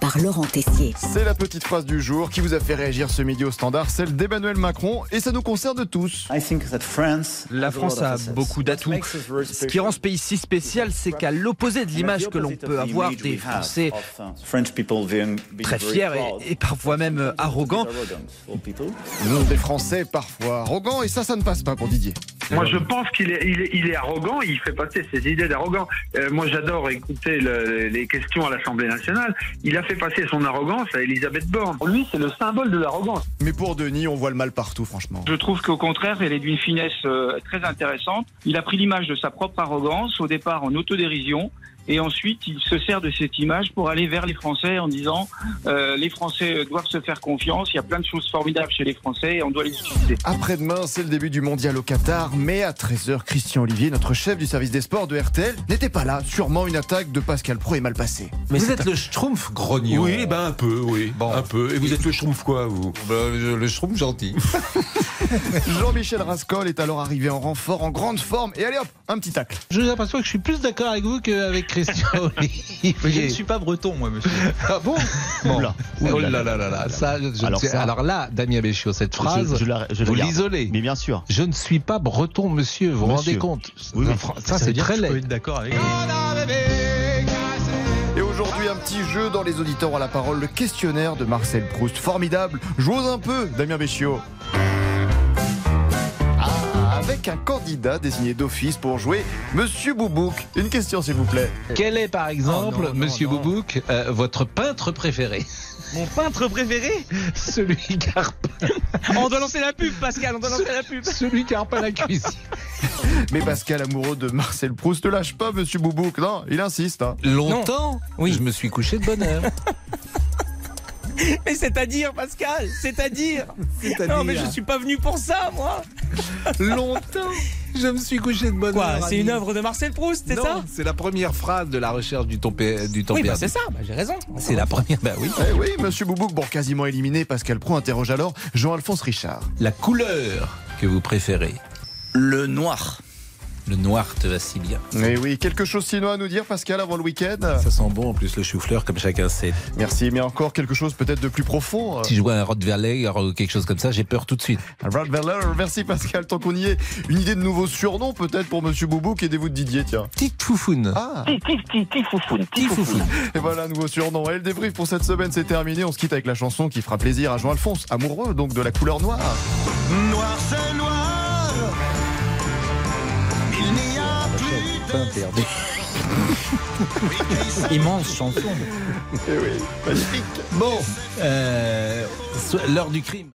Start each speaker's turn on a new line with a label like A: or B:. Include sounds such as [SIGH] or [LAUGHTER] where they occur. A: par Laurent Tessier.
B: C'est la petite phrase du jour qui vous a fait réagir ce midi au standard, celle d'Emmanuel Macron, et ça nous concerne tous.
C: La France a beaucoup d'atouts. Ce qui rend ce pays si spécial, c'est qu'à l'opposé de l'image que l'on peut avoir des Français uh, très fiers et, et parfois même arrogants,
B: Nous, des Français, parfois arrogants, et ça, ça ne passe pas pour Didier.
D: Moi, je pense qu'il est, il est, il est arrogant, il fait passer ses idées d'arrogant. Euh, moi, j'adore écouter le- les questions à l'Assemblée nationale. Il a fait passer son arrogance à Elisabeth Borne. Pour lui, c'est le symbole de l'arrogance.
B: Mais pour Denis, on voit le mal partout, franchement.
E: Je trouve qu'au contraire, elle est d'une finesse euh, très intéressante. Il a pris l'image de sa propre arrogance, au départ en autodérision, et ensuite il se sert de cette image pour aller vers les Français en disant euh, les Français doivent se faire confiance, il y a plein de choses formidables chez les Français et on doit les utiliser.
B: Après-demain, c'est le début du mondial au Qatar, mais à 13h, Christian Olivier, notre chef du service des sports de RTL, n'était pas là. Sûrement une attaque de Pascal Pro est mal passée.
F: vous êtes le schtroumpf grognon.
G: Oui, ben un peu, oui.
F: Bon. Ben, euh,
G: Un peu. Et vous êtes le schtroumpf quoi, vous
F: le schtroumpf gentil.
B: Jean-Michel Rascol est alors arrivé en renfort, en grande forme, et allez hop, un petit tacle.
H: Je vous aperçois que je suis plus d'accord avec vous qu'avec Christian Olivier.
C: pas breton, moi, monsieur.
H: Ah bon
F: Bon.
H: Oula.
F: Oh là là là là là.
H: Ça, je- je-
F: Alors
H: alors,
F: ça-
H: là, Damien Béchiot, cette phrase,
F: Je- je la- je la
H: vous
F: garde.
H: l'isolez.
F: Mais bien sûr.
H: Je ne suis pas breton, monsieur, vous vous
F: Monsieur.
H: rendez compte
F: Oui, oui.
H: Ça, c'est très laid.
C: d'accord avec
B: Et aujourd'hui, un petit jeu dans les auditeurs à la parole, le questionnaire de Marcel Proust. Formidable. Jouons un peu, Damien Béchiot. Ah, Avec un candidat désigné d'office pour jouer Monsieur Boubouk. Une question, s'il vous plaît.
H: Quel est, par exemple,
C: non, non,
H: monsieur
C: non.
H: Boubouk, euh, votre peintre préféré
C: Mon peintre préféré
H: [LAUGHS] Celui qui a
C: On doit lancer la pub, Pascal, on doit lancer la pub.
H: [LAUGHS] celui qui a repeint la cuisine.
B: Mais Pascal, amoureux de Marcel Proust, ne lâche pas Monsieur Boubouk. Non, il insiste. hein.
H: Longtemps,
C: Oui.
H: je me suis couché de bonne heure.
C: Mais c'est-à-dire, Pascal, c'est-à-dire. Non, mais je suis pas venu pour ça, moi.
F: [LAUGHS] Longtemps.
H: je me suis couché de bonne
C: Quoi
H: heure.
C: C'est une
H: ami.
C: œuvre de Marcel Proust, c'est
F: Non,
C: ça
F: C'est la première phrase de la recherche du temps per- du temps
C: Oui, bah,
F: perdu.
C: c'est ça, bah, j'ai raison.
F: C'est la première. Bah oui.
B: Eh oui, Monsieur Boubouk, bon, quasiment éliminé. Pascal Pro interroge alors Jean-Alphonse Richard.
F: La couleur que vous préférez.
C: Le noir.
F: Le noir te va si bien.
B: Eh oui, quelque chose sinon à nous dire, Pascal, avant le week-end
F: Ça sent bon en plus le chou-fleur comme chacun sait.
B: Merci, mais encore quelque chose peut-être de plus profond. euh.
F: Si je vois un Rottweiler ou quelque chose comme ça, j'ai peur tout de suite.
B: Ralph Verler, merci Pascal, tant qu'on y est. Une idée de nouveau surnom peut-être pour Monsieur Boubouk, aidez-vous de Didier, tiens.
F: Petite foufoune.
B: Ah
F: Petit foufoune.
B: Et voilà, nouveau surnom. Et le débrief pour cette semaine, c'est terminé. On se quitte avec la chanson qui fera plaisir à Jean-Alphonse, amoureux donc de la couleur noire.
C: Immense chanson.
B: Eh oui, magnifique.
F: Bon, euh, so- l'heure du crime.